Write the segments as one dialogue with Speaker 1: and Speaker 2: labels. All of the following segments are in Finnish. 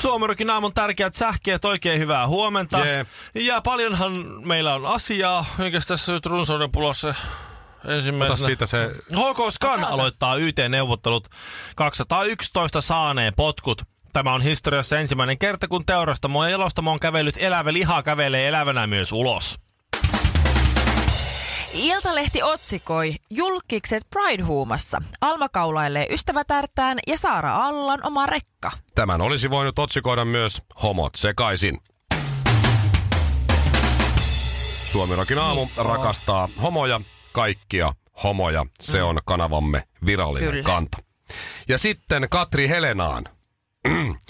Speaker 1: Suomirokin aamun tärkeät sähkeet, oikein hyvää huomenta.
Speaker 2: Jee.
Speaker 1: Ja paljonhan meillä on asiaa, eikä tässä nyt runsauden pulossa ensimmäisenä.
Speaker 2: Ota siitä se...
Speaker 1: HK Scan aloittaa YT-neuvottelut 211 saaneen potkut. Tämä on historiassa ensimmäinen kerta, kun teurastamo ja elostamo on kävellyt elävä liha kävelee elävänä myös ulos.
Speaker 3: Iltalehti otsikoi Julkikset Pride-huumassa. Alma kaulailee ystävätärtään ja Saara Allan oma rekka.
Speaker 2: Tämän olisi voinut otsikoida myös homot sekaisin. Suomirokin aamu rakastaa homoja, kaikkia homoja. Se on kanavamme virallinen
Speaker 3: Kyllä.
Speaker 2: kanta. Ja sitten Katri Helenaan.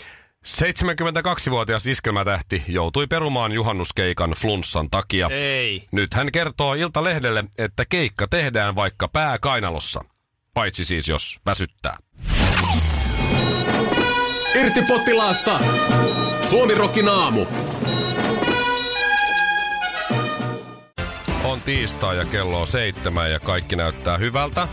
Speaker 2: 72-vuotias iskelmätähti joutui perumaan juhannuskeikan flunssan takia.
Speaker 1: Ei.
Speaker 2: Nyt hän kertoo Iltalehdelle, että keikka tehdään vaikka pää kainalossa. Paitsi siis jos väsyttää.
Speaker 4: Irti potilaasta! Suomi Rokin aamu.
Speaker 2: On tiistai ja kello on seitsemän ja kaikki näyttää hyvältä.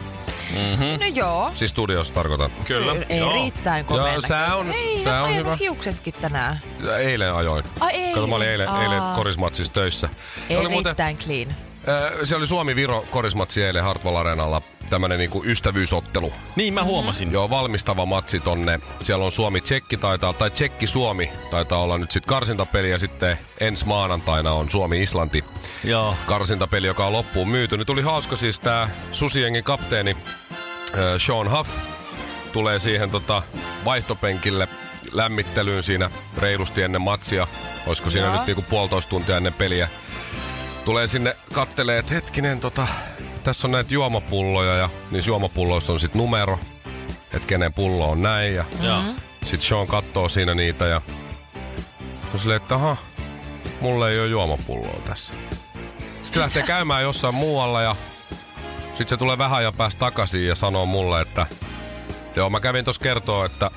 Speaker 3: No joo.
Speaker 2: Siis studiossa tarkoitan.
Speaker 1: Kyllä.
Speaker 3: Erittäin komea
Speaker 2: Joo, sää on-
Speaker 3: Ei,
Speaker 2: sää
Speaker 3: hän
Speaker 2: on
Speaker 3: ajanut
Speaker 2: hyvä.
Speaker 3: hiuksetkin tänään.
Speaker 2: Eilen ajoin.
Speaker 3: Ai eilen.
Speaker 2: Kato, mä olin eilen,
Speaker 3: Aa.
Speaker 2: eilen korismatsissa töissä. Oli muuten,
Speaker 3: Erittäin clean.
Speaker 2: äh, se oli Suomi-Viro korismatsi eilen Hartwall Areenalla. Tämmönen niinku ystävyysottelu.
Speaker 1: Niin mä huomasin.
Speaker 2: Joo, valmistava matsi tonne. Siellä on Suomi-Tsekki taitaa, tai Tsekki-Suomi taitaa olla nyt sit karsintapeli. Ja sitten ensi maanantaina on Suomi-Islanti
Speaker 1: Joo.
Speaker 2: karsintapeli, joka on loppuun myyty. Niin tuli hauska siis tää Susiengin kapteeni ö, Sean Huff tulee siihen tota vaihtopenkille lämmittelyyn siinä reilusti ennen matsia. Olisiko siinä
Speaker 3: Joo.
Speaker 2: nyt niinku puolitoista tuntia ennen peliä. Tulee sinne kattelee, että hetkinen tota, tässä on näitä juomapulloja ja niissä juomapulloissa on sit numero, että kenen pullo on näin ja
Speaker 1: Joo.
Speaker 2: sitten Sean kattoo siinä niitä ja on silleen, että aha, mulla ei ole juomapulloa tässä. Sitten se lähtee käymään jossain muualla ja sitten se tulee vähän ja pääsi takaisin ja sanoo mulle, että joo mä kävin tuossa kertoa, että,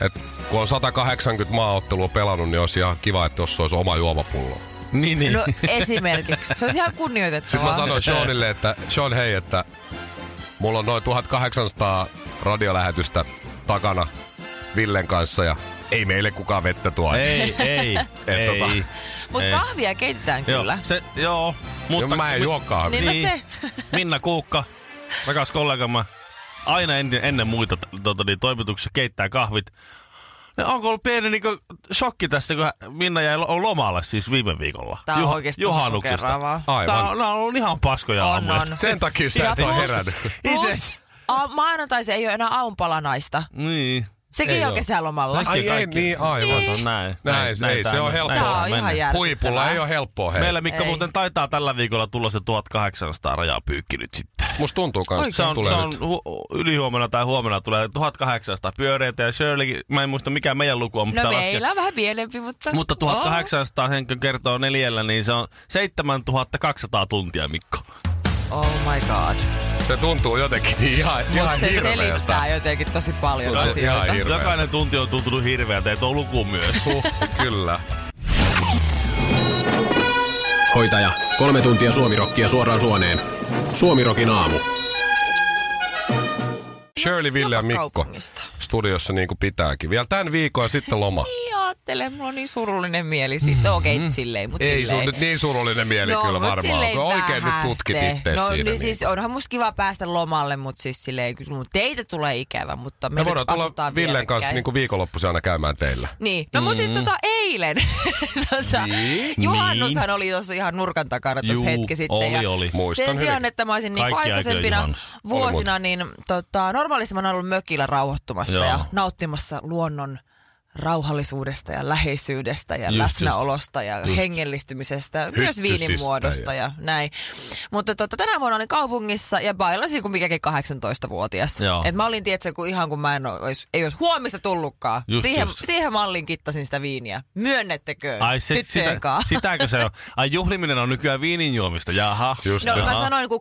Speaker 2: että kun on 180 maaottelua pelannut, niin olisi ihan kiva, että jos olisi oma juomapullo.
Speaker 1: Niin, niin.
Speaker 3: No esimerkiksi. Se on ihan
Speaker 2: Sitten
Speaker 3: kunnioitettavaa.
Speaker 2: mä sanoin Seanille, että Sean hei, että mulla on noin 1800 radiolähetystä takana Villen kanssa ja ei meille kukaan vettä tuo.
Speaker 1: Ei, ei,
Speaker 2: Et tota.
Speaker 1: ei.
Speaker 3: Mutta kahvia keitetään
Speaker 1: Joo,
Speaker 3: kyllä.
Speaker 1: Se, joo, mutta
Speaker 2: Mutta mä en juo kahvia.
Speaker 3: Niin no
Speaker 1: Niin.
Speaker 3: se.
Speaker 1: Minna Kuukka, rakas kollegamme, aina ennen, ennen muita t- tota, niin, toimituksessa keittää kahvit. Ne onko ollut pieni niin shokki tässä, kun Minna jäi lo- lomalle siis viime viikolla?
Speaker 3: Tää on oikeesti tosi sokeeraavaa.
Speaker 2: Aivan.
Speaker 1: Tää on, nää on ollut ihan paskoja
Speaker 3: On,
Speaker 1: aamuja.
Speaker 3: on.
Speaker 2: Sen takia sä
Speaker 3: Ja
Speaker 2: et ole
Speaker 3: plus-
Speaker 2: herännyt.
Speaker 3: plus,
Speaker 1: Ite.
Speaker 3: a- Maanantaisin ei ole enää aunpalanaista.
Speaker 1: Niin.
Speaker 3: Sekin
Speaker 2: Ei
Speaker 3: on
Speaker 2: oo.
Speaker 3: kesälomalla. No
Speaker 1: Ai,
Speaker 2: Ai ei,
Speaker 1: kaikki.
Speaker 2: niin aivan.
Speaker 1: Niin. No näin,
Speaker 2: Näin,
Speaker 1: näin,
Speaker 2: ei,
Speaker 1: näin
Speaker 2: se on
Speaker 1: tämä-
Speaker 2: helppoa.
Speaker 1: näin
Speaker 3: Tää on
Speaker 1: mennä.
Speaker 3: ihan järkyttävää.
Speaker 2: Huipulla ei ole helppoa hei.
Speaker 1: Meillä Mikko
Speaker 3: Ei.
Speaker 1: muuten taitaa tällä viikolla tulla se 1800 rajapyykki nyt sitten.
Speaker 2: Musta tuntuu kans, että
Speaker 1: Se
Speaker 2: se
Speaker 1: on,
Speaker 2: tulee
Speaker 1: se on
Speaker 2: nyt.
Speaker 1: hu- ylihuomenna tai huomenna tulee 1800 pyöreitä ja Shirley, mä en muista mikä meidän luku on, mutta
Speaker 3: No
Speaker 1: tää laskee-
Speaker 3: meillä on vähän pienempi, mutta...
Speaker 1: Mutta
Speaker 3: Oh.
Speaker 1: 1800 henkilö kertoo neljällä, niin se on 7200 tuntia, Mikko.
Speaker 3: Oh my god.
Speaker 2: Se tuntuu jotenkin ihan,
Speaker 3: Mutta
Speaker 2: ihan
Speaker 3: se
Speaker 2: hirveeltä.
Speaker 3: selittää jotenkin tosi paljon
Speaker 2: Tuntuu ihan
Speaker 3: asioita.
Speaker 2: hirveeltä.
Speaker 1: Jokainen tunti on tuntunut hirveältä, ja tuo luku myös.
Speaker 2: Huh, kyllä.
Speaker 4: Hoitaja, kolme tuntia suomirokkia suoraan suoneen. Suomi Rokin aamu.
Speaker 2: Shirley, Ville ja
Speaker 3: Joka
Speaker 2: Mikko
Speaker 3: kaupungista.
Speaker 2: studiossa niin kuin pitääkin. Vielä tämän viikon ja sitten loma.
Speaker 3: Niin ajattele, mulla on niin surullinen mieli siitä. Okei, okay, silleen, mutta
Speaker 2: Ei
Speaker 3: silleen.
Speaker 2: sun nyt niin surullinen mieli
Speaker 3: no,
Speaker 2: kyllä
Speaker 3: mut
Speaker 2: varmaan.
Speaker 3: silleen
Speaker 2: Kun oikein nyt
Speaker 3: vähän
Speaker 2: tutkit
Speaker 3: sitten.
Speaker 2: itse
Speaker 3: no,
Speaker 2: siinä.
Speaker 3: Niin siis onhan musta kiva päästä lomalle, mutta siis silleen, kyllä mun teitä tulee ikävä, mutta me,
Speaker 2: Me
Speaker 3: nyt
Speaker 2: voidaan tulla
Speaker 3: asutaan
Speaker 2: Villen kanssa
Speaker 3: vierekkäin.
Speaker 2: niin kuin viikonloppuisena käymään teillä.
Speaker 3: Niin. No mun siis tota eilen, tota,
Speaker 2: Niin.
Speaker 3: juhannushan oli tuossa ihan nurkan takana tuossa
Speaker 1: Juu,
Speaker 3: hetki sitten.
Speaker 1: oli,
Speaker 3: ja
Speaker 1: oli.
Speaker 2: Muistan
Speaker 3: sen
Speaker 2: hyvin.
Speaker 3: sijaan, että mä olisin niinku
Speaker 1: Kaikki aikojen
Speaker 3: aikaisempina
Speaker 1: juhannus.
Speaker 2: Oli
Speaker 3: vuosina, niin tota, normaalisti mä oon ollut mökillä rauhoittumassa
Speaker 1: Joo.
Speaker 3: ja nauttimassa luonnon rauhallisuudesta ja läheisyydestä ja
Speaker 2: Just,
Speaker 3: just,
Speaker 2: just.
Speaker 3: läsnäolosta ja
Speaker 2: Just.
Speaker 3: hengellistymisestä, myös
Speaker 2: Hyttysistä
Speaker 3: viinin muodosta ja.
Speaker 2: ja-
Speaker 3: näin. Mutta tota, tänä vuonna olin kaupungissa ja bailasin kuin mikäkin 18-vuotias.
Speaker 1: Joo.
Speaker 3: Et mä olin tietysti, kun ihan kun mä en ois, ei olisi huomista tullutkaan.
Speaker 1: Just,
Speaker 3: siihen,
Speaker 1: just.
Speaker 3: siihen malliin kittasin sitä viiniä. Myönnettekö
Speaker 1: Ai se, sitä,
Speaker 3: tyttöjen kanssa?
Speaker 1: sitäkö se on? Ai juhliminen on nykyään viinin juomista, jaha.
Speaker 2: Just
Speaker 3: No
Speaker 2: näin.
Speaker 3: mä sanoin kuin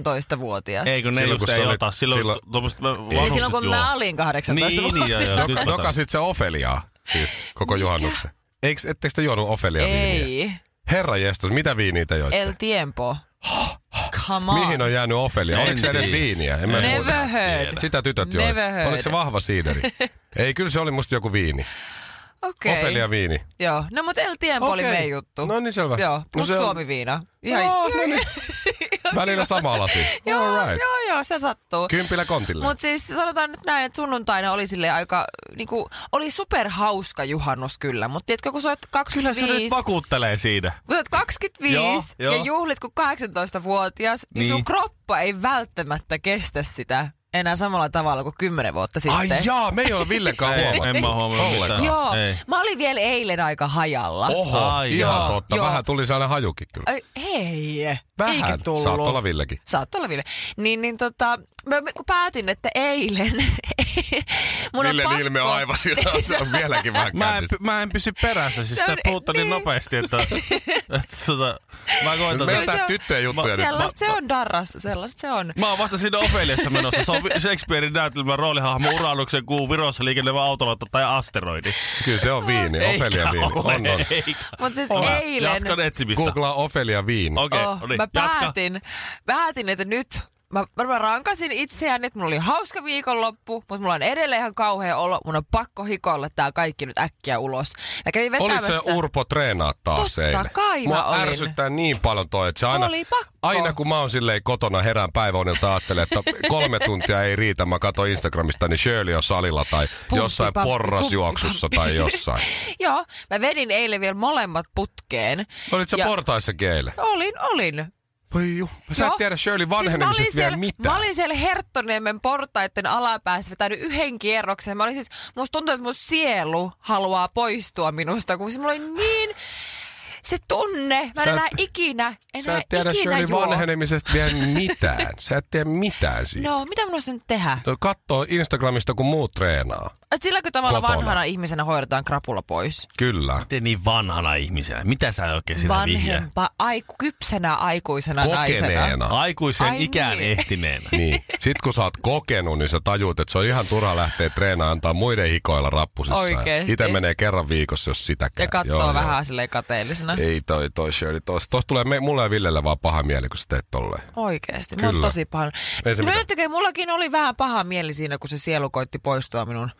Speaker 3: 18-vuotias.
Speaker 1: Ei kun ne
Speaker 2: Silloin,
Speaker 1: just
Speaker 2: kun
Speaker 1: ei
Speaker 2: sä olit-
Speaker 1: ota. Silloin,
Speaker 2: silloin-
Speaker 1: silloin, tuommoiset
Speaker 3: Eli
Speaker 1: vanhukset
Speaker 3: silloin kun
Speaker 1: juo.
Speaker 3: mä olin 18
Speaker 1: Niin, niin, joo, joo,
Speaker 2: Joka,
Speaker 1: just
Speaker 2: joka
Speaker 1: tota.
Speaker 2: sit se Ofeliaa, siis koko juhannuksen. Eikö, ettekö te juonut
Speaker 1: Niin,
Speaker 2: Ofelia viiniä?
Speaker 3: Ei.
Speaker 2: Herra jestas, mitä viiniä te joitte?
Speaker 3: El tiempo. Come on.
Speaker 2: Mihin on jäänyt Ofelia? Oliko se
Speaker 1: En
Speaker 2: edes
Speaker 1: tiedä.
Speaker 2: viiniä? En mä muuta.
Speaker 3: Never heard.
Speaker 1: Tiedä.
Speaker 2: Sitä tytöt joi.
Speaker 3: Never heard.
Speaker 2: Oliko se vahva siideri? Ei, kyllä se oli musta joku viini.
Speaker 3: Okei.
Speaker 2: Okay. Ofelia viini.
Speaker 3: Joo. No mut El tiempo oli
Speaker 2: Okei.
Speaker 3: meidän juttu.
Speaker 2: No niin, selvä.
Speaker 3: Joo.
Speaker 2: No
Speaker 3: Plus
Speaker 2: se on-
Speaker 3: Suomi viina. Ihan...
Speaker 2: Oh, no niin. Välillä sama lasi.
Speaker 3: Joo,
Speaker 2: All right.
Speaker 3: joo, joo, se sattuu.
Speaker 2: Kympillä kontilla.
Speaker 3: Mutta siis sanotaan nyt näin, että sunnuntaina oli sille aika, niinku, oli superhauska juhannus kyllä, mutta tiedätkö, kun sä oot
Speaker 1: Kyllä
Speaker 3: 25,
Speaker 1: se nyt vakuttelee siinä.
Speaker 3: kun sä oot 25
Speaker 1: Joo,
Speaker 3: ja
Speaker 1: joo.
Speaker 3: juhlit kun 18-vuotias, niin,
Speaker 1: Niin.
Speaker 3: sun kroppa ei välttämättä kestä sitä enää samalla tavalla kuin 10 vuotta
Speaker 2: Ai
Speaker 3: sitten.
Speaker 2: jaa, me ei ole Villekaan
Speaker 1: Ei,
Speaker 2: huomannut.
Speaker 1: en mä huomannut
Speaker 2: Ollenkaan.
Speaker 1: mitään.
Speaker 3: Joo,
Speaker 1: Ei.
Speaker 3: mä olin vielä eilen aika hajalla.
Speaker 2: Oho,
Speaker 1: Ai
Speaker 2: ihan
Speaker 1: jaa.
Speaker 2: totta.
Speaker 3: Joo.
Speaker 2: Vähän tuli sellainen hajukin kyllä.
Speaker 3: Ai, hei,
Speaker 2: Vähän.
Speaker 3: eikä tullut.
Speaker 2: Saat olla Villekin.
Speaker 3: Saat olla Ville. Niin, niin tota, mä, mä- kun päätin, että eilen... mun on
Speaker 2: Villen
Speaker 3: pakko-
Speaker 2: ilme on aivan siinä, se on vieläkin vähän
Speaker 1: Mä en,
Speaker 2: kännissä.
Speaker 1: py- mä en pysy perässä, siis
Speaker 3: Se on-
Speaker 1: sitä puhutta niin
Speaker 3: niin.
Speaker 1: nopeasti, että, että tota, mä koitan...
Speaker 2: Me ei
Speaker 3: se
Speaker 2: tää
Speaker 3: on-
Speaker 2: tyttöjen juttuja nyt.
Speaker 3: Sellaista se on, Darras, sellaista se on.
Speaker 1: Mä oon vasta siinä Ofeliassa menossa. Se on vi- Shakespearein näytelmän roolihahmo uralluksen kuun virossa liikennevä autolotta tai asteroidi.
Speaker 2: Kyllä se on viini, Ofelia viini.
Speaker 1: ole,
Speaker 2: On, on.
Speaker 1: eikä.
Speaker 3: Mutta siis
Speaker 1: Mä
Speaker 3: eilen...
Speaker 1: Jatkan etsimistä. Okei,
Speaker 2: Googlaa Ofelia viini.
Speaker 1: no niin,
Speaker 3: Oh, mä
Speaker 1: jatka.
Speaker 3: päätin, päätin, että nyt Mä, mä mä rankasin itseään, että mulla oli hauska viikonloppu, mutta mulla on edelleen ihan kauhea olo. Mun on pakko hikoilla tää kaikki nyt äkkiä ulos. Mä kävin
Speaker 2: Olit
Speaker 3: vetämässä...
Speaker 2: se Urpo treenaa taas
Speaker 3: Totta
Speaker 2: eilen?
Speaker 3: kai mä
Speaker 2: Mua
Speaker 3: olin.
Speaker 2: ärsyttää niin paljon toi, että se aina,
Speaker 3: Oli pakko.
Speaker 2: aina kun mä oon silleen kotona herään päiväunilta ajattelen, että kolme tuntia ei riitä. Mä katson Instagramista, niin Shirley on salilla tai jossain
Speaker 3: pappi,
Speaker 2: porrasjuoksussa tai jossain.
Speaker 3: Joo, mä vedin eilen vielä molemmat putkeen.
Speaker 1: No.
Speaker 2: Olit se
Speaker 3: Ja-
Speaker 2: portaissa eilen?
Speaker 3: Olin, olin.
Speaker 2: Voi juu, sä et
Speaker 3: Joo.
Speaker 2: tiedä Shirley
Speaker 3: mä olin
Speaker 2: vanhenemisesta siis vielä
Speaker 3: siellä, Mä
Speaker 2: mitään.
Speaker 3: olin siellä Herttoniemen portaiden alapäässä vetänyt yhden kierroksen. Mä olin siis, musta tuntuu, että mun sielu haluaa poistua minusta, kun siis mulla oli niin se tunne. Mä en
Speaker 2: Sä et-
Speaker 3: enää ikinä,
Speaker 2: Sä
Speaker 3: enää
Speaker 2: et tiedä
Speaker 3: ikinä
Speaker 2: Shirley
Speaker 3: juo.
Speaker 2: vanhenemisesta vielä mitään. Sä et tiedä mitään siitä.
Speaker 3: No, mitä mun olisi nyt tehdä?
Speaker 2: No, kattoo Instagramista, kun muut treenaa.
Speaker 3: Et silläkö tavalla
Speaker 2: Kotona.
Speaker 3: vanhana ihmisenä hoidetaan krapula pois?
Speaker 2: Kyllä.
Speaker 1: Te niin vanhana ihmisenä. Mitä sä oikein sinä vihjaa?
Speaker 3: Vanhempa, aiku, kypsenä aikuisena naisena.
Speaker 2: Kokeneena.
Speaker 1: Aikuisen
Speaker 3: Ai
Speaker 1: ikään
Speaker 3: niin.
Speaker 1: ehtineenä.
Speaker 2: Niin. Sitten kun sä oot kokenut, niin sä tajuut, että se on ihan turha lähteä treenaamaan antaa muiden hikoilla rappusissa.
Speaker 3: Oikeesti.
Speaker 2: Itse menee kerran viikossa, jos sitäkään.
Speaker 3: Ja katsoo joo, vähän joo. silleen kateellisena.
Speaker 2: Ei toi, toi Shirley. Tuossa tos tulee me, mulle ja Villelle vaan paha mieli, kun sä teet tolleen.
Speaker 3: Oikeesti, mä oon
Speaker 2: Kyllä.
Speaker 3: tosi paha.
Speaker 2: Ei se mitään.
Speaker 3: Myöntäkö, mullakin oli vähän paha mieli siinä, kun se sielu koitti poistua minun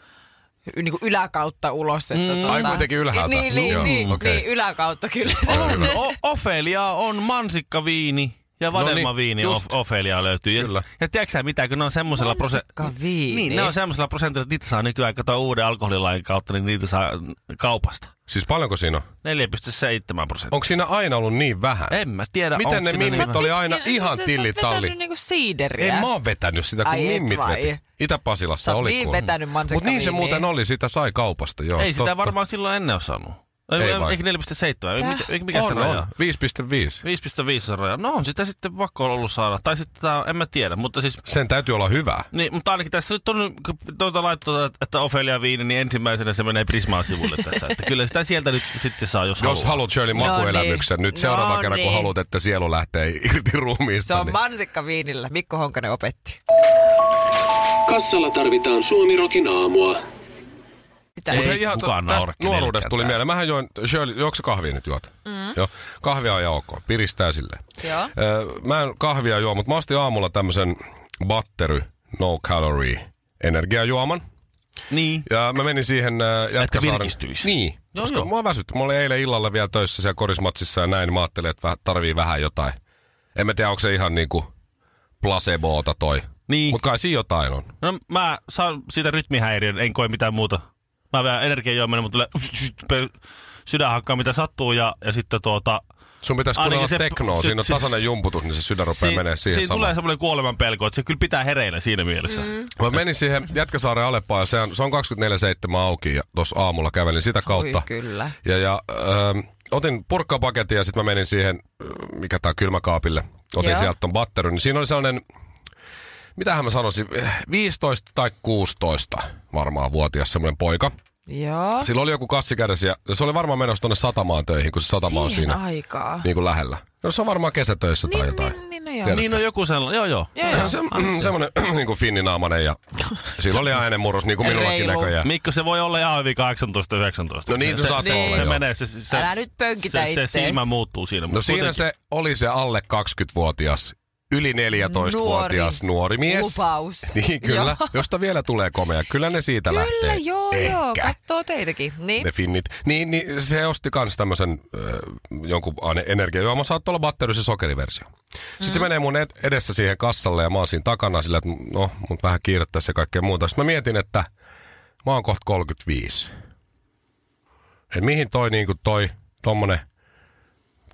Speaker 3: niin kuin yläkautta ulos. Että mm,
Speaker 2: Ai, kuitenkin ylhäältä.
Speaker 3: Niin, niin,
Speaker 2: Joo,
Speaker 3: niin,
Speaker 2: okei.
Speaker 3: niin, yläkautta kyllä.
Speaker 1: On. O- Ofelia on mansikkaviini ja
Speaker 2: No niin,
Speaker 1: vadelmaviini no
Speaker 2: just.
Speaker 1: niin, Ofelia löytyy. Ja,
Speaker 2: Kyllä.
Speaker 1: ja tiedätkö sä mitä, kun ne on semmoisella
Speaker 3: Mansikka viini.
Speaker 1: Niin, ne on semmoisella prosentilla, että niitä saa nykyään, kato uuden alkoholilain kautta, niin niitä saa kaupasta. 4,7
Speaker 2: Siis paljonko siinä on?
Speaker 1: prosenttia.
Speaker 2: Onko siinä aina ollut niin vähän?
Speaker 1: En mä tiedä,
Speaker 2: Miten ne
Speaker 1: onko siinä
Speaker 2: mimmit
Speaker 1: niin-
Speaker 2: oli aina ihan tillitalli?
Speaker 3: niinku siideriä.
Speaker 2: Ei mä oon vetänyt sitä, kun
Speaker 3: Ai et
Speaker 2: mimmit
Speaker 3: vai?
Speaker 2: veti.
Speaker 3: Sä
Speaker 2: Itä-Pasilassa
Speaker 3: oot
Speaker 2: oli
Speaker 3: niin
Speaker 2: kun-
Speaker 3: vetänyt
Speaker 2: Mut niin se
Speaker 3: mansikkaviiniä.
Speaker 2: muuten oli, sitä sai kaupasta. Joo,
Speaker 1: Ei sitä
Speaker 2: totta.
Speaker 1: varmaan silloin ennen osannut. Ei,
Speaker 2: Ei
Speaker 1: ei
Speaker 2: vai?
Speaker 1: eikö 4,7? Ei,
Speaker 3: Täh?
Speaker 1: mikä- Mikä, mikä se
Speaker 2: on,
Speaker 1: raja
Speaker 2: on.
Speaker 1: on?
Speaker 2: 5,5.
Speaker 1: 5,5 on raja. No on sitä sitten pakko ollut saada. Tai sitten tää, on- en mä tiedä, mutta siis
Speaker 2: Sen täytyy olla hyvä.
Speaker 1: Niin, mutta ainakin tässä nyt on, kun tuota laittaa, että Ofelia Viini, niin ensimmäisenä se menee Prismaan sivulle tässä. Että kyllä sitä sieltä nyt sitten saa, jos,
Speaker 2: Jos
Speaker 1: haluaa.
Speaker 2: haluat Shirley
Speaker 3: No
Speaker 2: makuelämyksen
Speaker 3: niin.
Speaker 2: nyt seuraava
Speaker 3: No
Speaker 2: kerran, kun
Speaker 3: niin.
Speaker 2: haluat, että sielu lähtee irti
Speaker 3: Se
Speaker 2: ruumiista.
Speaker 3: on
Speaker 2: niin-
Speaker 3: mansikka viinillä. Mikko Honkanen opetti.
Speaker 4: Kassalla tarvitaan Suomirokin aamua.
Speaker 3: Mitä?
Speaker 1: Ei.
Speaker 2: Mutta ihan to-
Speaker 1: kukaan
Speaker 2: tästä
Speaker 1: naura kenellekään
Speaker 2: nuoruudesta tuli
Speaker 1: täällä.
Speaker 2: mieleen. Mähän join, Shirley, juokso sä kahvia nyt juot? Mm. Joo, kahvia on ihan ok, piristää sille.
Speaker 3: Joo.
Speaker 2: Öö, mä en kahvia juo, mutta mä ostin aamulla tämmösen battery, no calorie energiajuoman.
Speaker 1: Niin.
Speaker 2: Ja mä menin siihen äh, Jätkäsaaren...
Speaker 1: virkistyisi.
Speaker 2: Niin,
Speaker 1: Joo,
Speaker 2: koska
Speaker 1: joo.
Speaker 2: mua väsytti. Mä olin eilen illalla vielä töissä siellä korismatsissa ja näin. Mä ajattelin, että vähän- tarvii vähän jotain. En mä tiedä, onko se ihan niinku placeboota toi.
Speaker 1: Niin.
Speaker 2: Mut kai siinä jotain on.
Speaker 1: No mä saan siitä rytmihäiriön, en koe mitään muuta. Mä vähän energiajuominen, mutta tulee sydän hakkaa mitä sattuu ja, ja sitten tuota,
Speaker 2: Sun pitäisi
Speaker 1: Ainakin
Speaker 2: kuunnella
Speaker 1: se-
Speaker 2: teknoa,
Speaker 1: se-
Speaker 2: siinä on
Speaker 1: se-
Speaker 2: tasainen jumputus, niin se sydän rupeaa menee siihen
Speaker 1: Siinä tulee
Speaker 2: samaan.
Speaker 1: semmoinen kuoleman pelko, että se kyllä pitää hereillä siinä mielessä. Mm.
Speaker 2: Mä menin siihen Jätkäsaaren Aleppaan ja se on, se on 24-7 auki ja tuossa aamulla kävelin sitä kautta.
Speaker 3: Oi, kyllä.
Speaker 2: Ja, ja ähm, otin purkkapaketin ja sitten mä menin siihen, äh, mikä tää on, kylmäkaapille. Otin
Speaker 3: Joo.
Speaker 2: sieltä ton batterin. Niin siinä oli sellainen, mitähän mä sanoisin, eh, 15 tai 16 varmaan vuotias semmoinen poika.
Speaker 3: Joo.
Speaker 2: Sillä oli joku kassi kädessä ja se oli varmaan menossa tonne satamaan töihin, kun se satama on
Speaker 3: Siihen
Speaker 2: siinä
Speaker 3: aikaa.
Speaker 2: niin kuin lähellä. No se on varmaan kesätöissä tai
Speaker 3: Niin, Ah,
Speaker 2: jotain.
Speaker 3: niin, niin, no joo.
Speaker 2: Tiedätkö?
Speaker 1: Niin on joku sellainen, joo joo.
Speaker 3: Joo, joo.
Speaker 2: Se, semmoinen niin kuin finninaamainen ja sillä oli aina murros niin kuin minullakin
Speaker 3: Reilu.
Speaker 2: näköjään.
Speaker 1: Mikko, se voi olla ihan hyvin 18-19.
Speaker 2: No niin,
Speaker 1: se,
Speaker 2: se saattaa
Speaker 1: se,
Speaker 3: olla,
Speaker 1: se
Speaker 2: joo.
Speaker 1: menee, se, se,
Speaker 3: Älä nyt pönkitä
Speaker 1: se, se
Speaker 3: ittees.
Speaker 1: silmä muuttuu siinä.
Speaker 3: Niin,
Speaker 2: No
Speaker 1: mutta
Speaker 2: siinä
Speaker 1: kuitenkin-
Speaker 2: se oli se alle 20-vuotias, yli 14-vuotias nuori,
Speaker 3: Nuori.
Speaker 2: mies.
Speaker 3: Lupaus.
Speaker 2: Niin kyllä,
Speaker 3: Joo.
Speaker 2: josta vielä tulee komea. Kyllä ne siitä
Speaker 3: Kyllä,
Speaker 2: lähtee.
Speaker 3: joo,
Speaker 2: Ehkä.
Speaker 3: joo. Kattoo teitäkin. Niin.
Speaker 2: Ne finnit. Niin, niin se osti kans tämmösen äh, jonkun aine- energiajuoman. Saattaa olla batteri se sokeriversio. Sitten se menee mun ed- edessä siihen kassalle ja mä oon siinä takana sillä, että no, mut vähän kiirettäisiin ja kaikkea muuta. Sitten mä mietin, että mä oon kohta 35. Et mihin toi niinku toi tommonen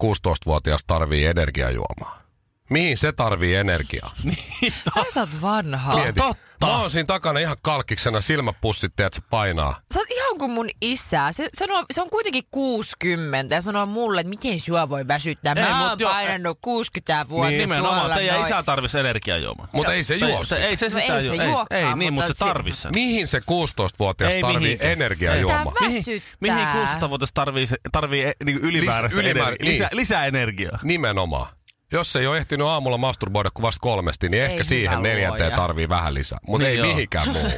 Speaker 2: 16-vuotias tarvii energiajuomaa? Mihin se tarvii energiaa?
Speaker 1: Niin,
Speaker 3: Ai, sä oot vanha.
Speaker 2: Mieti. Mä oon siinä takana ihan kalkkiksena silmäpussit, että se painaa.
Speaker 3: Sä oot ihan kuin mun isä. Se, sanoo, se on kuitenkin 60 ja sanoo mulle, että miten sua voi väsyttää.
Speaker 1: Ei,
Speaker 3: Mä
Speaker 1: mut
Speaker 3: oon
Speaker 1: joo,
Speaker 3: painanut 60 vuotta.
Speaker 1: Niin, nimenomaan,
Speaker 3: tuolla
Speaker 1: teidän
Speaker 3: noin.
Speaker 1: isä tarvisi energiajuomaa.
Speaker 2: Mutta ei se juo
Speaker 1: se, ei se
Speaker 3: No
Speaker 1: sitä
Speaker 3: ei se
Speaker 1: juo. Ei,
Speaker 3: juokaan,
Speaker 1: ei niin, mutta
Speaker 3: mutta
Speaker 1: se tarvisi sen.
Speaker 2: Mihin se 16-vuotias
Speaker 1: Ei
Speaker 2: tarvii
Speaker 1: mihinkään.
Speaker 2: energiajuomaa?
Speaker 3: Sitä
Speaker 1: Mihin,
Speaker 3: väsyttää.
Speaker 1: mihin 16 vuotias tarvii, se- tarvii eh, niinku ylimääräistä
Speaker 2: ylimäärä-
Speaker 1: energiaa?
Speaker 2: niin.
Speaker 1: Lisä, lisää energiaa.
Speaker 2: Nimenomaan. Jos ei ole ehtinyt aamulla masturboida kuin vasta kolmesti, niin ehkä
Speaker 3: hyvä
Speaker 2: siihen neljänteen
Speaker 3: luoja.
Speaker 2: tarvii vähän lisää. Mutta
Speaker 1: Niin
Speaker 2: ei
Speaker 1: joo.
Speaker 2: mihinkään muu.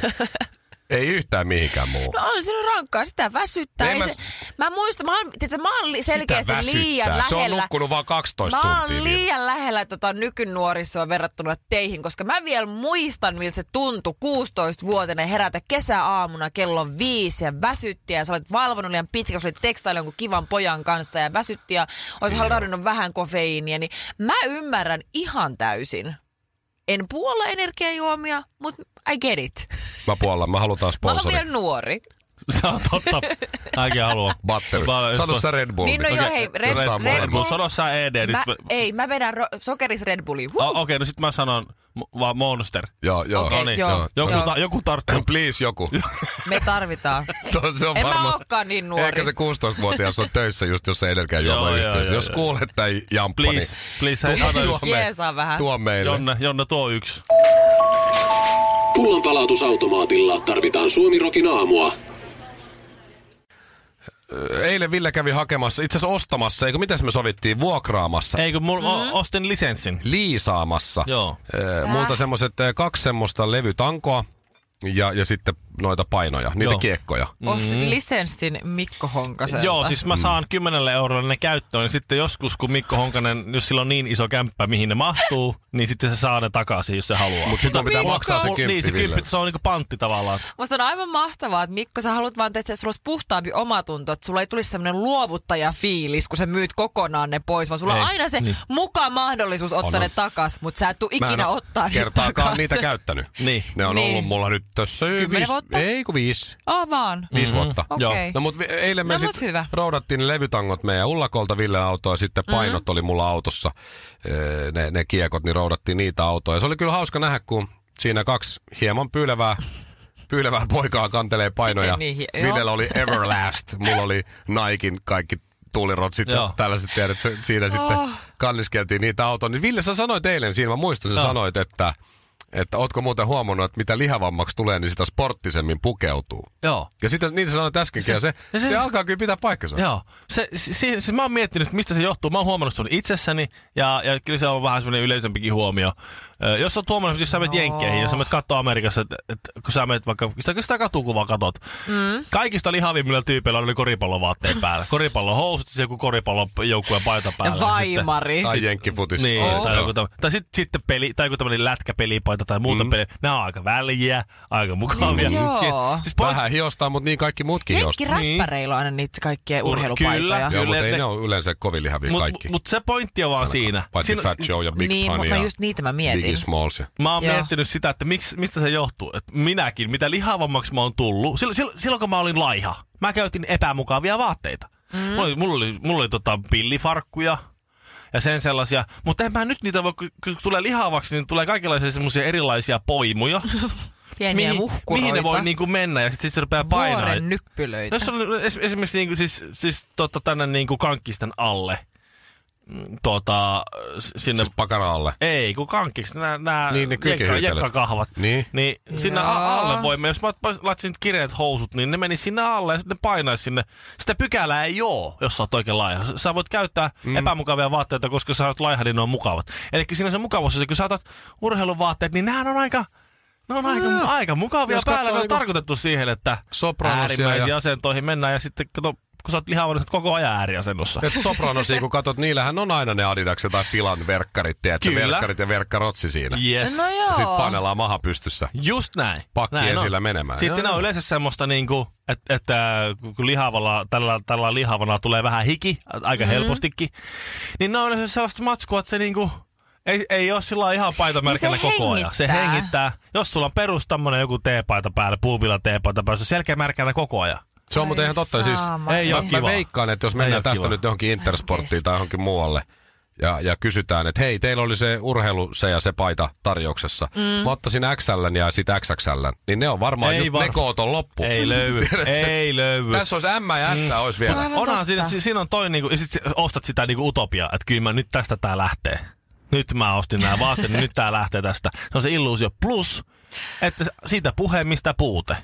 Speaker 2: ei yhtään mihinkään muu.
Speaker 3: No on siinä rankkaa, sitä väsyttää.
Speaker 2: Ei
Speaker 3: Ei
Speaker 2: mä-
Speaker 3: se, mä muistan, mä oon, tiiätkö, mä oon li- selkeästi
Speaker 2: Sitä
Speaker 3: liian
Speaker 2: väsyttää. Se on
Speaker 3: lähellä.
Speaker 2: nukkunut vaan 12
Speaker 3: Mä
Speaker 2: tuntia.
Speaker 3: oon
Speaker 2: vielä.
Speaker 3: liian lähellä tota nykynuorisoa verrattuna teihin, koska mä vielä muistan, miltä se tuntui 16-vuotinen herätä kesäaamuna kello viisi ja väsytti ja sä olet valvonut liian pitkä, kun sä olit tekstailla jonkun kivan pojan kanssa ja väsytti ja olisi halunnut vähän kofeiinia, niin mä ymmärrän ihan täysin. En puolla energiajuomia, mutta I get it.
Speaker 2: Mä puollan, mä halutaan
Speaker 3: Mä oon
Speaker 2: sponsori.
Speaker 3: vielä nuori.
Speaker 1: Se on totta. Mäkin haluan.
Speaker 2: Batteri.
Speaker 1: Mä-
Speaker 2: Sano sä Red Bull.
Speaker 3: Niin no
Speaker 2: Okei.
Speaker 3: joo, hei, Red,
Speaker 2: Jossain
Speaker 3: Red,
Speaker 2: muualla.
Speaker 3: Red Bull.
Speaker 1: Mut sano sä ED. niin
Speaker 3: Mä, E-
Speaker 1: sit mä-
Speaker 3: ei, mä vedän ro- sokeris Red Bulliin. Huh.
Speaker 1: O- Okei, no sit mä sanon m- vaan Monster.
Speaker 2: Joo, joo.
Speaker 3: Okei,
Speaker 1: No niin,
Speaker 3: joo,
Speaker 1: joku,
Speaker 3: joo.
Speaker 1: Ta- joku tarttuu.
Speaker 2: Please joku.
Speaker 3: Me tarvitaan.
Speaker 1: Mm.
Speaker 2: Tuo- se on
Speaker 3: En mä
Speaker 2: varmaan-
Speaker 3: ookaan niin nuori.
Speaker 2: Ehkä se 16-vuotias on töissä just jossain
Speaker 1: Joo, joo,
Speaker 2: energiajuomayhteisössä.
Speaker 1: joo,
Speaker 2: Jos
Speaker 1: joo.
Speaker 2: kuulet tai jamppa, niin
Speaker 1: Please, please. Hei,
Speaker 2: tuo,
Speaker 1: anna,
Speaker 2: tuo, me-
Speaker 3: Jeesaa vähän.
Speaker 2: tuo meille.
Speaker 1: Jonne, Jonne, tuo yksi.
Speaker 4: Pullonpalautusautomaatilla tarvitaan Suomirokin aamua.
Speaker 2: Eilen Ville kävi hakemassa, itse asiassa ostamassa, eikö mitäs me sovittiin, vuokraamassa,
Speaker 1: Ei, kun mul,
Speaker 3: Mm-hmm.
Speaker 1: mm ostin lisenssin.
Speaker 2: liisaamassa.
Speaker 1: Joo.
Speaker 2: Ee, multa semmoset eh, kaksi semmoista levytankoa ja, ja sitten noita painoja, niitä
Speaker 1: Joo.
Speaker 2: kiekkoja.
Speaker 3: Ostin lisenssin Mikko Honkaselta.
Speaker 1: Joo, siis
Speaker 2: Mm.
Speaker 1: mä saan 10 eurolla ne käyttöön, niin sitten joskus, kun Mikko Honkanen, jos sillä on niin iso kämppä, mihin ne mahtuu, niin sitten se saa ne takaisin, jos se haluaa.
Speaker 2: Mutta sitten pitää
Speaker 3: Mikko!
Speaker 2: maksaa se
Speaker 1: Mul-
Speaker 2: kymppi,
Speaker 1: Niin, se
Speaker 2: Ville.
Speaker 1: kymppi, se on niinku pantti tavallaan.
Speaker 3: Musta on aivan mahtavaa, että Mikko, sä haluat vaan tehdä, että sulla olisi puhtaampi omatunto, että sulla ei tulisi semmoinen luovuttajafiilis, kun sä myyt kokonaan ne pois, vaan sulla
Speaker 1: Ei,
Speaker 3: on aina se
Speaker 1: niin.
Speaker 3: muka mahdollisuus ottaa
Speaker 2: On,
Speaker 3: ne takas, mutta sä et tuu
Speaker 2: Mä en
Speaker 3: ikinä
Speaker 2: oo
Speaker 3: ottaa niitä
Speaker 2: kertaakaan
Speaker 3: takas.
Speaker 2: niitä käyttänyt.
Speaker 1: Niin.
Speaker 2: Ne on
Speaker 3: Niin.
Speaker 2: ollut mulla nyt tässä
Speaker 3: Kymmenen
Speaker 2: viisi,
Speaker 3: vuotta?
Speaker 2: ei kun viisi,
Speaker 3: Aa vaan.
Speaker 1: Mm.
Speaker 2: viisi vuotta.
Speaker 3: Okei. Okay.
Speaker 2: No mut vi- eilen me
Speaker 3: No
Speaker 2: no,
Speaker 3: mut
Speaker 2: sit
Speaker 3: hyvä.
Speaker 2: roudattiin ne levytangot meidän ullakolta Ville autoa ja sitten painot mm-hmm. oli mulla autossa, öö, ne, ne kiekot, niin roudattiin niitä autoja. Ja Se oli kyllä hauska nähdä, kun siinä kaksi hieman pyylevää, pyylevää poikaa kantelee painoja.
Speaker 3: Miten niihin- Niin, joo.
Speaker 2: Villellä oli Everlast, mulla oli Naikin kaikki tulirot sitten
Speaker 1: Joo.
Speaker 2: tällaiset tiedät, se- siinä
Speaker 3: Oh.
Speaker 2: sitten kanniskeltiin niitä autoja. Niin Ville, sä sanoit eilen siinä, mä muistan, sä sanoit, että, että ootko muuten huomannut, että mitä lihavammaksi tulee, niin sitä sporttisemmin pukeutuu.
Speaker 1: Joo.
Speaker 2: Ja sitten niitä sanoit äskenkin, ja se,
Speaker 1: ja
Speaker 2: se,
Speaker 1: se-
Speaker 2: se, se alkaa kyllä pitää paikkansa.
Speaker 1: Joo. Se, si, si, siis mä oon miettinyt, että mistä se johtuu. Mä oon huomannut sun itsessäni ja, ja kyllä se on vähän semmoinen yleisempikin huomio. Ö, jos on tuommoinen, jos sä
Speaker 3: No.
Speaker 1: menet jenkkeihin, jos sä menet katsoa Amerikassa, että et, kun sä menet vaikka, sitä, sitä katukuvaa katot. Mm. Kaikista lihavimmilla tyypeillä on ne koripallovaatteet päällä. Koripallohousut, siis joku koripallojoukkueen paita päällä.
Speaker 3: Ja
Speaker 1: Sitten-
Speaker 3: vaimari.
Speaker 2: Tai jenkkifutis.
Speaker 1: Niin,
Speaker 2: Joo.
Speaker 1: oh. tai, joku tämmö- tai sit, sitten peli, tai joku tämmöinen lätkäpelipaita tai muuta mm. peliä. Nämä on aika väliä, aika mukavia.
Speaker 3: Niin, joo.
Speaker 1: siis poik-
Speaker 2: Vähän hiostaa, mutta niin kaikki muutkin
Speaker 3: Heikki
Speaker 2: hiostaa.
Speaker 1: Niin.
Speaker 3: räppäreillä on aina niitä kaikkia
Speaker 1: Ur-
Speaker 3: urheilupaitoja.
Speaker 1: kyllä.
Speaker 2: Joo, mutta ei
Speaker 1: ne-
Speaker 2: ne ole yleensä kovin lihavia
Speaker 1: Mut,
Speaker 2: kaikki.
Speaker 1: mut se pointti on vaan siinä.
Speaker 2: Paitsi
Speaker 1: siinä
Speaker 2: Fat Joe ja Big
Speaker 3: Niin,
Speaker 2: Pun
Speaker 3: mutta
Speaker 2: ja
Speaker 3: mä just niitä mä
Speaker 2: Biggie
Speaker 3: mietin.
Speaker 2: Smalls. ja-
Speaker 1: Mä oon
Speaker 3: Joo.
Speaker 1: miettinyt sitä, että miksi, mistä se johtuu. Että minäkin, mitä lihavammaksi mä oon tullut. Silloin, silloin, silloin kun mä olin laiha, mä käytin epämukavia vaatteita. Mm. Mulla, oli, mulla, oli, mulla oli tota pillifarkkuja. ja sen sellaisia. Mutta en mä nyt niitä voi, kun kun tulee lihavaksi, niin tulee kaikenlaisia semmoisia erilaisia poimuja.
Speaker 3: Pieniä
Speaker 1: mihin,
Speaker 3: muhkuroita.
Speaker 1: mihin ne voi niinku mennä ja sitten sit se rupeaa painaa.
Speaker 3: Vuoren
Speaker 1: No
Speaker 3: nyppylöitä.
Speaker 1: Jos on es- esimerkiksi niinku, siis, siis tota, tänne niinku kankkisten alle, mm, tota, s- sinne...
Speaker 2: Siis pakana alle.
Speaker 1: Ei, kun kankkiksi, nämä
Speaker 2: Niin, ne kyykyhyytelöt.
Speaker 1: jekkakahvat.
Speaker 2: Niin.
Speaker 1: Niin sinne
Speaker 3: Jaa.
Speaker 1: a- alle voi mennä. Jos mä laittaisin kireet housut, niin ne meni sinne alle ja sitten ne painaisi sinne. Sitä pykälää ei oo, jos sä oot oikein laiha. S- Sä voit käyttää mm. epämukavia vaatteita, koska sä oot laiha, niin ne on mukavat. Eli siinä se mukavuus, että kun sä otat urheiluvaatteet, niin nämähän on aika... Ne on aika, aika mukavia
Speaker 2: Jos
Speaker 1: päällä,
Speaker 2: katsoo
Speaker 1: ne on
Speaker 2: niinku-
Speaker 1: tarkoitettu siihen, että
Speaker 2: Sopranosia
Speaker 1: äärimmäisiin
Speaker 2: ja-
Speaker 1: asentoihin mennään ja sitten kato, kun sä oot lihava, niin sä oot koko ajan ääriasennossa.
Speaker 2: Et sopranosia, kun katot, niillähän on aina ne Adidakset tai Filan verkkarit, tiedätkö,
Speaker 1: Kyllä.
Speaker 2: verkkarit ja verkkarotsi siinä.
Speaker 1: Yes.
Speaker 3: No joo.
Speaker 2: Ja sit panellaan maha pystyssä.
Speaker 1: Just näin.
Speaker 2: Pakki
Speaker 1: näin
Speaker 2: esillä
Speaker 1: on.
Speaker 2: menemään.
Speaker 1: Sitten
Speaker 2: Joo,
Speaker 1: ne on
Speaker 2: joo.
Speaker 1: yleensä semmoista, niinku, että et, äh, kun lihavalla, tällä, tällä lihavana tulee vähän hiki, ä, aika
Speaker 3: Mhm.
Speaker 1: mm. helpostikin, niin ne on yleensä sellaista matskua, että se niinku, ei, ei ole sillä lailla ihan paitamärkänä
Speaker 3: Niin se
Speaker 1: koko ajan. Se
Speaker 3: hengittää.
Speaker 1: hengittää. Jos sulla on perus tämmönen joku teepaita päällä, puuvilla teepaita päällä, se on selkämärkänä koko ajan.
Speaker 2: Se on muuten ihan totta. Siis,
Speaker 3: saamari.
Speaker 1: Ei oo
Speaker 2: mä, mä
Speaker 1: kivaa.
Speaker 2: veikkaan, että jos
Speaker 1: Ei
Speaker 2: mennään
Speaker 1: oo
Speaker 2: tästä
Speaker 1: kivaa.
Speaker 2: nyt johonkin Intersporttiin tai johonkin muualle ja, ja kysytään, että hei, teillä oli se urheilu se ja se paita tarjouksessa. Mm. Mä ottaisin XL ja sit XXL, niin ne on varmaan
Speaker 1: Ei
Speaker 2: just
Speaker 1: var-
Speaker 2: ne koot on loppu.
Speaker 1: Ei löydy.
Speaker 2: Tiedätkö?
Speaker 1: ei löydy. Mm.
Speaker 2: Tässä olisi M ja S olisi
Speaker 3: Se
Speaker 2: vielä.
Speaker 3: on-
Speaker 1: Onhan
Speaker 3: totta.
Speaker 1: siinä, si- siinä on toi, niinku, ja sit sä ostat sitä niinku utopiaa, että kyllä mä nyt tästä tää lähtee. Nyt mä ostin nämä vaatteet, niin nyt tää lähtee tästä. Se on se illuusio. Plus, että siitä puhe, mistä puute.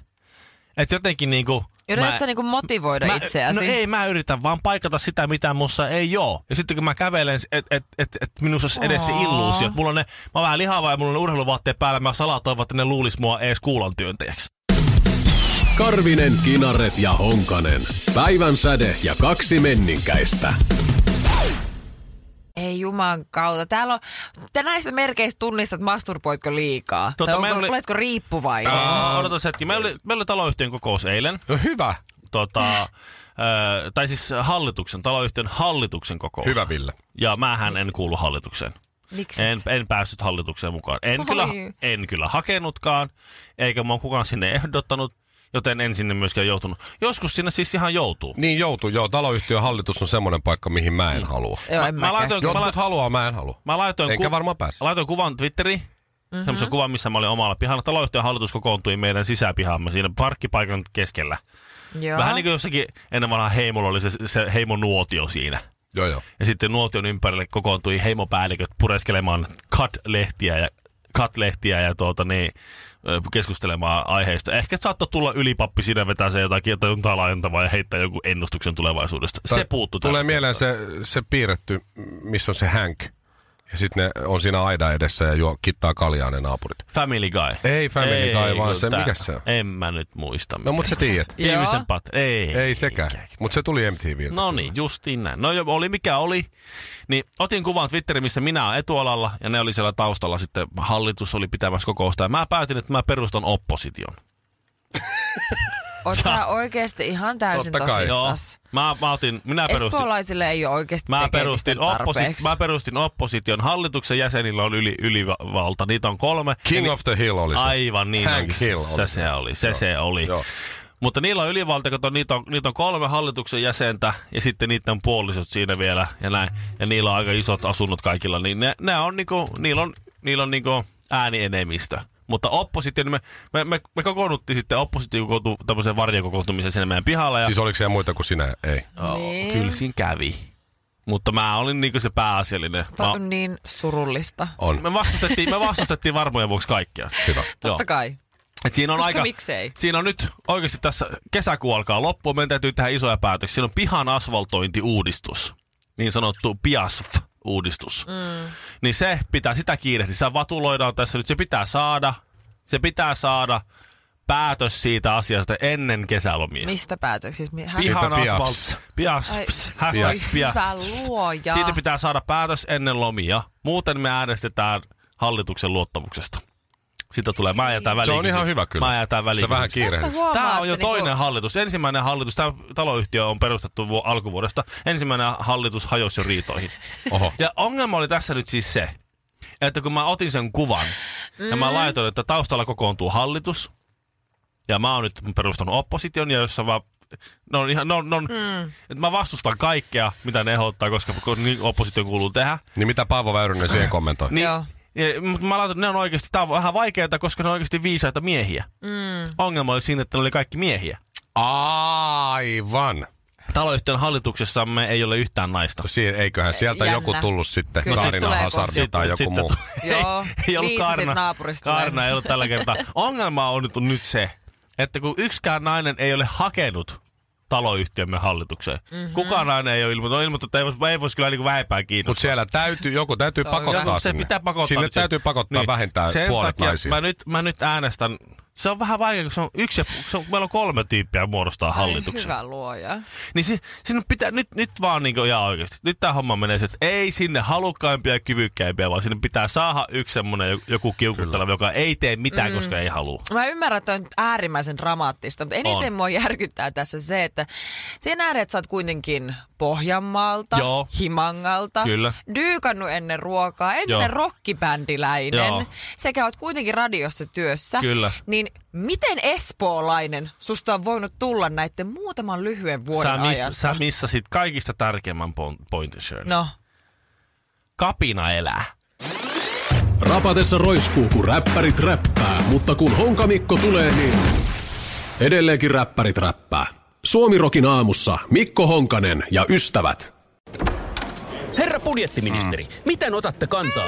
Speaker 1: Että jotenkin niinku...
Speaker 3: Yrität
Speaker 1: mä-
Speaker 3: sä niinku motivoida
Speaker 1: mä-
Speaker 3: itseäsi?
Speaker 1: No ei, mä yritän vaan paikata sitä, mitä mussa ei oo. Ja sitten kun mä kävelen, että et, et, et minussa olisi edes se
Speaker 3: Aa.
Speaker 1: illuusio. että Mulla on ne, mä oon vähän lihava ja mulla on ne urheiluvaatteet päällä. Mä salaa toivon, että ne luulis mua ees kuulon työntäjäksi.
Speaker 4: Karvinen, Kinaret ja Honkanen. Päivän säde ja kaksi menninkäistä.
Speaker 3: Ei juman kautta. Täällä on, te näistä merkeistä tunnistat, masturboitko liikaa.
Speaker 1: Tota,
Speaker 3: tai onko,
Speaker 1: meillä oli-
Speaker 3: oli... oletko riippuvainen?
Speaker 1: Ää, Odotas hetki. Meillä oli, meillä oli taloyhtiön kokous eilen.
Speaker 2: No hyvä.
Speaker 1: tota, ö, tai siis hallituksen, taloyhtiön hallituksen kokous.
Speaker 2: Hyvä, Ville.
Speaker 1: Ja mähän en kuulu hallitukseen.
Speaker 3: Miksi?
Speaker 1: En, en päässyt hallitukseen mukaan. En
Speaker 3: Oi.
Speaker 1: kyllä, en kyllä hakenutkaan, eikä mua kukaan sinne ehdottanut, joten en sinne myöskään joutunut. Joskus sinne siis ihan joutuu.
Speaker 2: Niin joutuu, joo. Taloyhtiön hallitus on semmoinen paikka, mihin mä en halua.
Speaker 3: Joo, en
Speaker 1: mä,
Speaker 3: mä,
Speaker 1: laitoin, Mm. mä, la,
Speaker 2: Jotkut haluaa, mä en halua.
Speaker 1: mä laitoin,
Speaker 2: Enkä varmaan pääse.
Speaker 1: laitoin kuvan Twitteriin,
Speaker 3: Mhm.
Speaker 1: mm-hmm. semmoisen kuvan, missä mä olin omalla pihalla. Taloyhtiön hallitus kokoontui meidän sisäpihamme siinä parkkipaikan keskellä.
Speaker 3: Joo.
Speaker 1: Vähän niin kuin jossakin ennen vanhaa heimolla oli se, se heimonuotio siinä.
Speaker 2: Joo, joo.
Speaker 1: Ja sitten nuotion ympärille kokoontui heimopäälliköt pureskelemaan cut-lehtiä ja, cut-lehtiä ja tuota niin, ö, keskustelemaan aiheista. Ehkä saattoi tulla ylipappi siinä vetää se jotakin, että jotain laajentavaa ja heittää joku ennustuksen tulevaisuudesta. Se puuttu.
Speaker 2: Tulee mieleen se, se piirretty, missä on se Hank. Ja sitten ne on siinä aida edessä ja juo, kittaa kaljaa ne naapurit.
Speaker 1: Family Guy.
Speaker 2: Ei Family Guy, vaan
Speaker 1: kun
Speaker 2: se-
Speaker 1: tää-
Speaker 2: mikä se on?
Speaker 1: En mä nyt muista.
Speaker 2: No mut sä tiedät.
Speaker 1: Ihmisen
Speaker 3: Joo.
Speaker 1: pat. Ei.
Speaker 2: Ei sekään. Mut se tuli MTVltä.
Speaker 1: No niin, justiin näin. No jo, oli mikä oli. Niin otin kuvan Twitteriin, missä minä olen etualalla ja ne oli siellä taustalla sitten. Hallitus oli pitämässä kokousta ja mä päätin, että mä perustan opposition.
Speaker 3: Oot sä oikeesti ihan täysin
Speaker 2: Totta kai.
Speaker 1: Joo.
Speaker 3: tosissas?
Speaker 1: Mä, mä otin, minä perustin,
Speaker 3: Espoolaisille ei ole oikeasti
Speaker 1: mä
Speaker 3: tekemistä
Speaker 1: perustin, opposi,
Speaker 3: tarpeeksi.
Speaker 1: mä perustin opposition. Hallituksen jäsenillä on yli, ylivalta. Niitä on kolme.
Speaker 2: King
Speaker 1: Eli-
Speaker 2: of the Hill oli se.
Speaker 1: Aivan niin
Speaker 2: Hank
Speaker 1: onkin.
Speaker 2: Hill
Speaker 1: se,
Speaker 2: oli
Speaker 1: se oli. Se, se oli.
Speaker 2: Joo.
Speaker 1: Mutta niillä on ylivalta, kato, niitä on, niitä on kolme hallituksen jäsentä ja sitten niiden on puolisot siinä vielä ja näin. Ja niillä on aika isot asunnot kaikilla, niin ne, ne on niinku, niillä on, niillä on niinku äänienemistö. Mutta oppositio, niin me, me, me, me kokoonnuttiin sitten oppositio kokoontui tämmöiseen varjokokoontumiseen siinä meidän pihalla. Ja
Speaker 2: Siis oliko siellä muita kuin sinä? Ei.
Speaker 1: Joo,
Speaker 3: Niin.
Speaker 1: kyllä siinä kävi. Mutta mä olin niinku se pääasiallinen.
Speaker 3: Toi
Speaker 1: Mä,
Speaker 3: on niin surullista.
Speaker 2: On.
Speaker 1: me, vastustettiin, me vastustettiin varmojen vuoksi kaikkia.
Speaker 2: Hyvä.
Speaker 3: Totta kai.
Speaker 1: Et siinä on
Speaker 3: Koska
Speaker 1: aika,
Speaker 3: miksei?
Speaker 1: Siinä on nyt oikeasti tässä kesäkuu alkaa loppua, meidän täytyy tehdä isoja päätöksiä. Siinä on pihan asfaltointiuudistus, niin sanottu PIASF-uudistus. Mm. Niin se pitää, sitä kiirehtiä. Sitä vatuloidaan tässä nyt, se pitää saada, se pitää saada päätös siitä asiasta ennen kesälomia.
Speaker 3: Mistä päätöksistä? Mi- Hän...
Speaker 2: Siitä
Speaker 1: Pihan
Speaker 2: PIAFs.
Speaker 1: asfalt.
Speaker 3: Ai,
Speaker 1: PIASF. Hashtag
Speaker 3: voi hyvä
Speaker 1: PIASF.
Speaker 3: luoja.
Speaker 1: Siitä pitää saada päätös ennen lomia. Muuten me äänestetään hallituksen luottamuksesta. Siitä tulee. Mä jätän
Speaker 3: Niin.
Speaker 2: Se
Speaker 1: väliin.
Speaker 2: on ihan hyvä kyllä.
Speaker 1: Mä jätän väliin.
Speaker 2: Se vähän
Speaker 3: Tästä
Speaker 2: kiirehdit.
Speaker 3: huomaa,
Speaker 1: Tämä on jo
Speaker 3: että niinku-
Speaker 1: toinen hallitus. Ensimmäinen hallitus, tämä taloyhtiö on perustettu vuo- alkuvuodesta. Ensimmäinen hallitus hajosi jo riitoihin.
Speaker 2: Oho.
Speaker 1: Ja ongelma oli tässä nyt siis se, että kun mä otin sen kuvan ja mä laitoin, että taustalla kokoontuu hallitus, ja mä oon nyt perustanut opposition, ja jos sä vaan ne on ihan, ne on, ne on, mm. että mä vastustan kaikkea, mitä ne ehdottaa, koska kun niin opposition kuuluu tehdä.
Speaker 2: Niin mitä Paavo Väyrynen siihen kommentoi?
Speaker 1: Niin,
Speaker 3: Joo.
Speaker 1: ja, mut mä laitan, ne on oikeasti, tää on vähän vaikeaa, koska ne on oikeasti viisaita miehiä. Mm. Ongelma oli siinä, että ne oli kaikki miehiä.
Speaker 2: Aivan.
Speaker 1: Taloyhtiön hallituksessamme ei ole yhtään naista.
Speaker 2: Si- eiköhän sieltä
Speaker 3: Jännä.
Speaker 2: joku tullut sitten,
Speaker 3: Kyllä.
Speaker 2: Kaarina
Speaker 3: Tulee
Speaker 2: Hazardi tai joku muu.
Speaker 3: Joo, viisi sit naapurista tulee.
Speaker 1: Kaarina ei ollut tällä kertaa. Ongelma on nyt, nyt se, että kun yksikään nainen ei ole hakenut taloyhtiömme hallitukseen.
Speaker 3: Mhm.
Speaker 1: Mm-hmm. Kukaan nainen ei ole ilmoittanut, on ilmoittanut, että ei voisi ei vois kyllä niin väipää
Speaker 2: Mutta
Speaker 1: kiinnostaa.
Speaker 2: siellä täytyy, joku täytyy
Speaker 3: Se on
Speaker 1: Joo,
Speaker 2: pakottaa
Speaker 1: mut se
Speaker 2: sinne.
Speaker 1: pitää pakottaa.
Speaker 2: sinne
Speaker 1: nyt se-
Speaker 2: täytyy pakottaa
Speaker 1: niin.
Speaker 2: vähintään
Speaker 1: Sen
Speaker 2: puolet
Speaker 1: takia
Speaker 2: naisia.
Speaker 1: Mä nyt, mä nyt äänestän. Se on vähän vaikea, kun se on yksi, ja- se on, meillä on kolme tyyppiä muodostaa hallituksen.
Speaker 3: Hyvä luoja.
Speaker 1: Niin si, sinun pitää, nyt, nyt vaan niinku ihan oikeasti. Nyt tää homma menee se, että ei sinne halukkaimpia ja kyvykkäimpiä, vaan sinne pitää saada yksi semmonen joku kiukutteleva, joka ei tee mitään, mm. koska ei halua.
Speaker 3: Mä ymmärrän, että on nyt äärimmäisen dramaattista, mutta
Speaker 1: On.
Speaker 3: eniten mua järkyttää tässä se, että sen ääret että sä oot kuitenkin Pohjanmaalta,
Speaker 1: Joo.
Speaker 3: Himangalta,
Speaker 1: Kyllä.
Speaker 3: dyykannut ennen ruokaa,
Speaker 1: Joo.
Speaker 3: entinen rockibändiläinen,
Speaker 1: Joo.
Speaker 3: sekä oot kuitenkin radiossa työssä.
Speaker 1: Kyllä.
Speaker 3: Niin miten espoolainen susta on voinut tulla näiden muutaman lyhyen vuoden
Speaker 1: Sä, miss,
Speaker 3: ajan?
Speaker 1: sä missasit kaikista tärkeimmän pon- pointin, Shirley.
Speaker 3: No,
Speaker 1: Kapina elää.
Speaker 4: Rapatessa roiskuu, kun räppärit räppää, mutta kun Honkamikko tulee, niin edelleenkin räppärit räppää. Suomirokin aamussa Mikko Honkanen ja ystävät.
Speaker 5: Herra budjettiministeri, mm. miten otatte kantaa?